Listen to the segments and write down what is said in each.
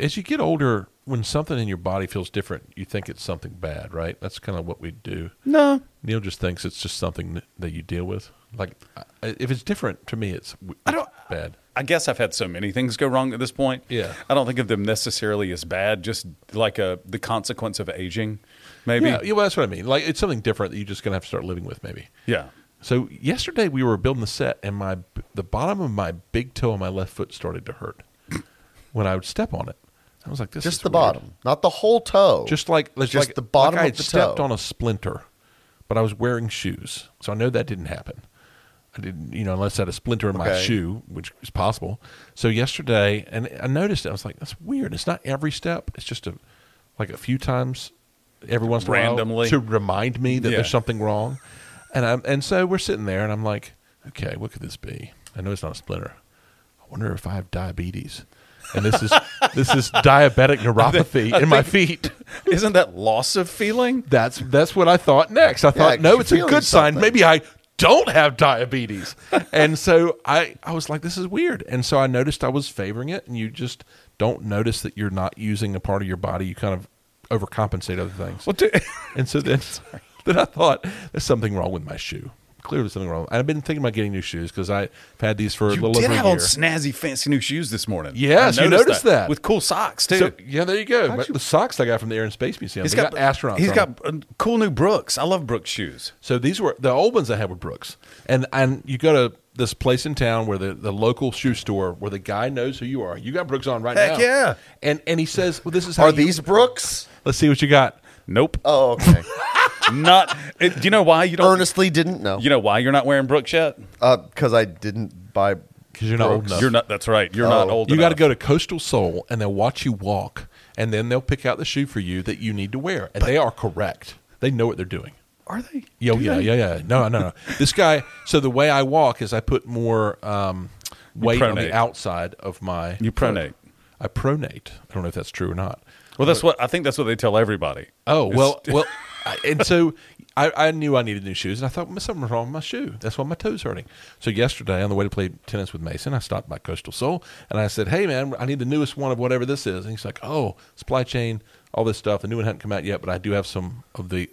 as you get older, when something in your body feels different, you think it's something bad, right? That's kind of what we do. No, Neil just thinks it's just something that- that you deal with. Like, I- if it's different to me, it's w- I don't- bad. I guess I've had so many things go wrong at this point. Yeah. I don't think of them necessarily as bad, just like a the consequence of aging, maybe. Yeah, yeah, well, that's what I mean. Like, it's something different that you're just gonna have to start living with, maybe. Yeah. So yesterday we were building the set, and my the bottom of my big toe on my left foot started to hurt when I would step on it. I was like, "This Just is the weird. bottom, not the whole toe. just like like- Just like- the bottom like I of had the stepped toe. on a splinter, but I was wearing shoes, so I know that didn't happen. I didn't, you know, unless I had a splinter in my Okay. shoe, which is possible. So yesterday, and I noticed it. I was like, "That's weird. It's not every step. It's just a like a few times, every once in a while, Randomly. to remind me that Yeah. there's something wrong." And I'm and so we're sitting there, and I'm like, "Okay, what could this be? I know it's not a splinter. I wonder if I have diabetes." And this is this is diabetic neuropathy in my feet. Isn't that loss of feeling? That's that's what I thought next. I thought, 'cause no, you're it's a feeling good sign. something. Maybe I don't have diabetes. and so I, I was like, this is weird. And so I noticed I was favoring it, and you just don't notice that you're not using a part of your body. You kind of overcompensate other things. Well, do, And so then, then I thought, there's something wrong with my shoe. Clearly, something wrong. And I've been thinking about getting new shoes because I've had these for a you little did over have a on year. snazzy, fancy new shoes this morning. Yes, I you noticed that. with cool socks too. So, yeah, there you go. But the socks I got from the Air and Space Museum. He's got, astronauts. He's on them. got uh, cool new Brooks. I love Brooks shoes. So these were the old ones I had were Brooks, and and you go to this place in town where the, the local shoe store where the guy knows who you are. You got Brooks on right Heck now, yeah. And and he says, "Well, this is how Are you- these Brooks? Let's see what you got. Nope, Oh, okay. not. It, do you know why you don't? Earnestly didn't know. You know why you're not wearing Brooks yet? because I didn't buy. 'Cause you're not old enough. You're not. That's right. You're not Oh. old. You got to enough. go to Coastal Soul, and they'll watch you walk, and then they'll pick out the shoe for you that you need to wear, and they are correct. They know what they're doing. Are they? Yo, Do yeah, they? yeah, yeah. No, no, no. This guy. So the way I walk is I put more um, weight on pronate. the outside of my. You pronate. I pronate. I don't know if that's true or not. Well, that's what I think. That's what they tell everybody. Oh It's- well, well, I, and so I, I knew I needed new shoes, and I thought well, something was wrong with my shoe. That's why my toes hurting. So yesterday, on the way to play tennis with Mason, I stopped by Coastal Soul, and I said, "Hey man, I need the newest one of whatever this is." And he's like, "Oh, supply chain, all this stuff. The new one hadn't come out yet, but I do have some of the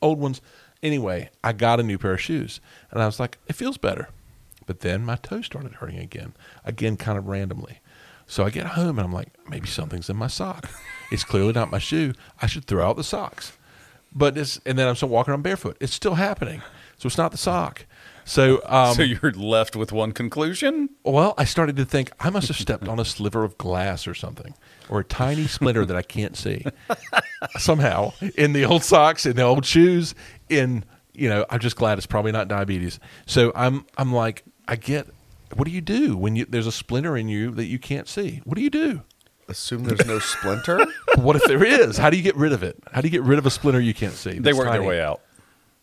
old ones." Anyway, I got a new pair of shoes, and I was like, "It feels better," but then my toe started hurting again, again, kind of randomly. So I get home and I'm like, maybe something's in my sock. It's clearly not my shoe. I should throw out the socks. But it's and then I'm still walking around barefoot. It's still happening. So it's not the sock. So um, so you're left with one conclusion. well, I started to think I must have stepped on a sliver of glass or something, or a tiny splinter that I can't see. Somehow, in the old socks, in the old shoes, in you know, I'm just glad it's probably not diabetes. So I'm I'm like, I get. What do you do when you, there's a splinter in you that you can't see? What do you do? Assume there's no splinter. What if there is? How do you get rid of it? How do you get rid of a splinter you can't see? They that's work their tiny? way out.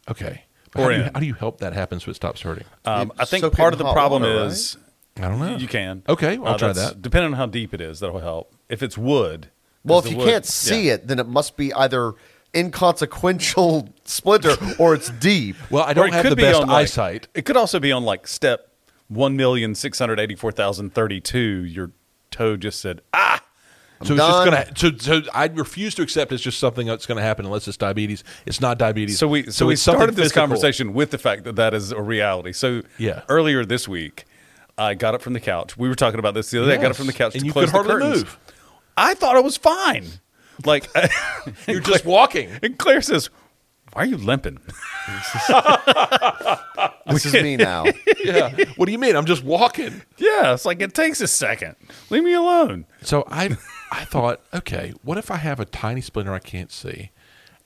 Okay. Or how, do you, in. how do you help that happen so it stops hurting? Um, I think soak it part in of the hot problem water, is I don't know. you can. Uh, Okay, well, I'll try that's- that. Depending on how deep it is, that'll help. If it's wood. 'cause Well, if the you wood- can't see yeah. it, then it must be either inconsequential splinter or it's deep. Well, I Or don't it have could the be best on, like- eyesight. It could also be on like step one million six hundred eighty-four thousand thirty-two. Your toe just said, "Ah, So it's just done. gonna. So, so I refuse to accept it's just something that's gonna happen unless it's diabetes. It's not diabetes. So we so, we it's something started this physical. conversation with the fact that that is a reality. So Yeah. earlier this week, I got up from the couch. We were talking about this the other day. I got up Yes. from the couch And to you close could the hardly curtains. move. I thought I was fine. Like You're just walking. And Claire says, "Why are you limping?" This is me now. yeah. What do you mean? I'm just walking. yeah, it's like it takes a second. Leave me alone. So I, I thought, okay, what if I have a tiny splinter I can't see?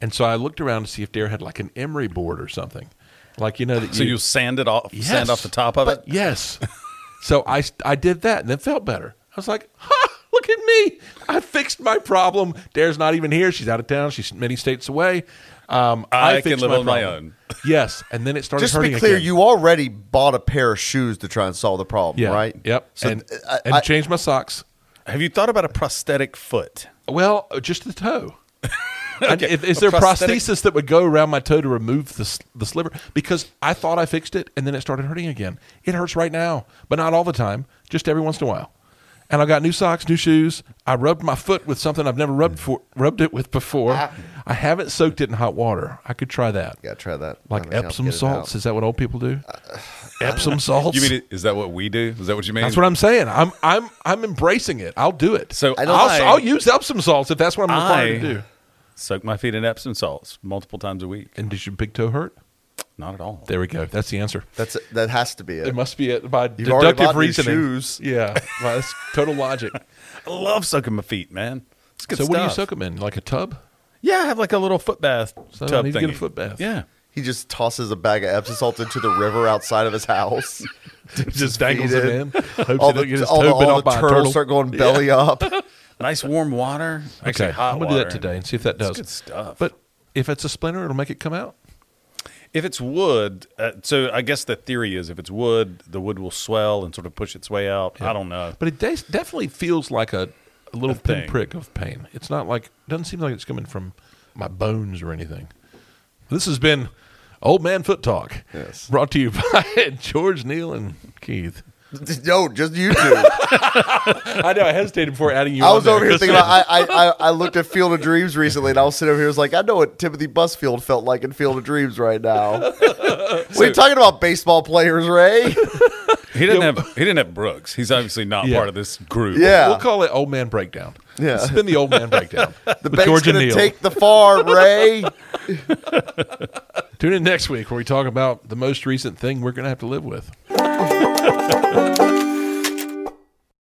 And so I looked around to see if Dare had like an emery board or something, like you know that So you you sand it off, Yes. sand off the top of it. Yes. so I, I did that and it felt better. I was like, ha, look at me. I fixed my problem. Dare's not even here. She's out of town. She's many states away. Um, I can fixed live on my problem. own. Yes. And then it started Just to hurting be clear, again. you already bought a pair of shoes to try and solve the problem, yeah. right? Yep. So and th- I- and I- changed my socks. Have you thought about a prosthetic foot? Well, uh, just the toe. And if- is a there prosthetic- prosthesis that would go around my toe to remove the, s- the sliver? Because I thought I fixed it and then it started hurting again. It hurts right now, but not all the time, just every once in a while. and I got new socks, new shoes. I rubbed my foot with something I've never rubbed for, rubbed it with before. I haven't soaked it in hot water. I could try that. Gotta try that. Like That'll help Epsom get it salts. out. Uh, Is that what old people do? Epsom salts. You mean it- is that what we do? Is that what you mean? that's what I'm saying. I'm I'm I'm embracing it. I'll do it. So I'll, I- I'll use Epsom salts if that's what I'm required to do. soak my feet in Epsom salts multiple times a week. And did your big toe hurt? Not at all. There we go. That's the answer. That's it. that has to be it. It must be it by already deductive bought new reasoning. shoes. Yeah, Well, that's total logic. I love soaking my feet, man. It's good so what do you stuff. soak them in? Like a tub? Yeah, I have like a little foot bath So I tub need to thing. get a foot bath. Yeah, He just tosses a bag of Epsom salt into the river outside of his house. Just dangles feed it it. in. Hopes all he the, don't get his all the, toe bit all off the by a turtles turtle. start going belly up. nice warm water. Actually, Okay, hot I'm gonna do that water. today and see if that does. good stuff. But if it's a splinter, it'll make it come out. If it's wood, uh, so I guess the theory is if it's wood, the wood will swell and sort of push its way out. I don't know. But it des- definitely feels like a, a little thing. thin prick of pain. It's not like doesn't seem like it's coming from my bones or anything. This has been Old Man Foot Talk. Yes. Brought to you by George Neal and Keith. no, just you two. I know I hesitated before adding you. I on was there. over here thinking about. I, I, I, I looked at Field of Dreams recently, and I was sitting over here. I was like, I know what Timothy Busfield felt like in Field of Dreams right now. We're talking about baseball players, Ray. He didn't have he didn't have Brooks. He's obviously not Yeah. part of this group. Yeah. We'll call it Old Man Breakdown. Yeah. It's been the Old Man Breakdown. The with bank's George and gonna Neal. take the farm, Ray. Tune in next week where we talk about the most recent thing we're going to have to live with.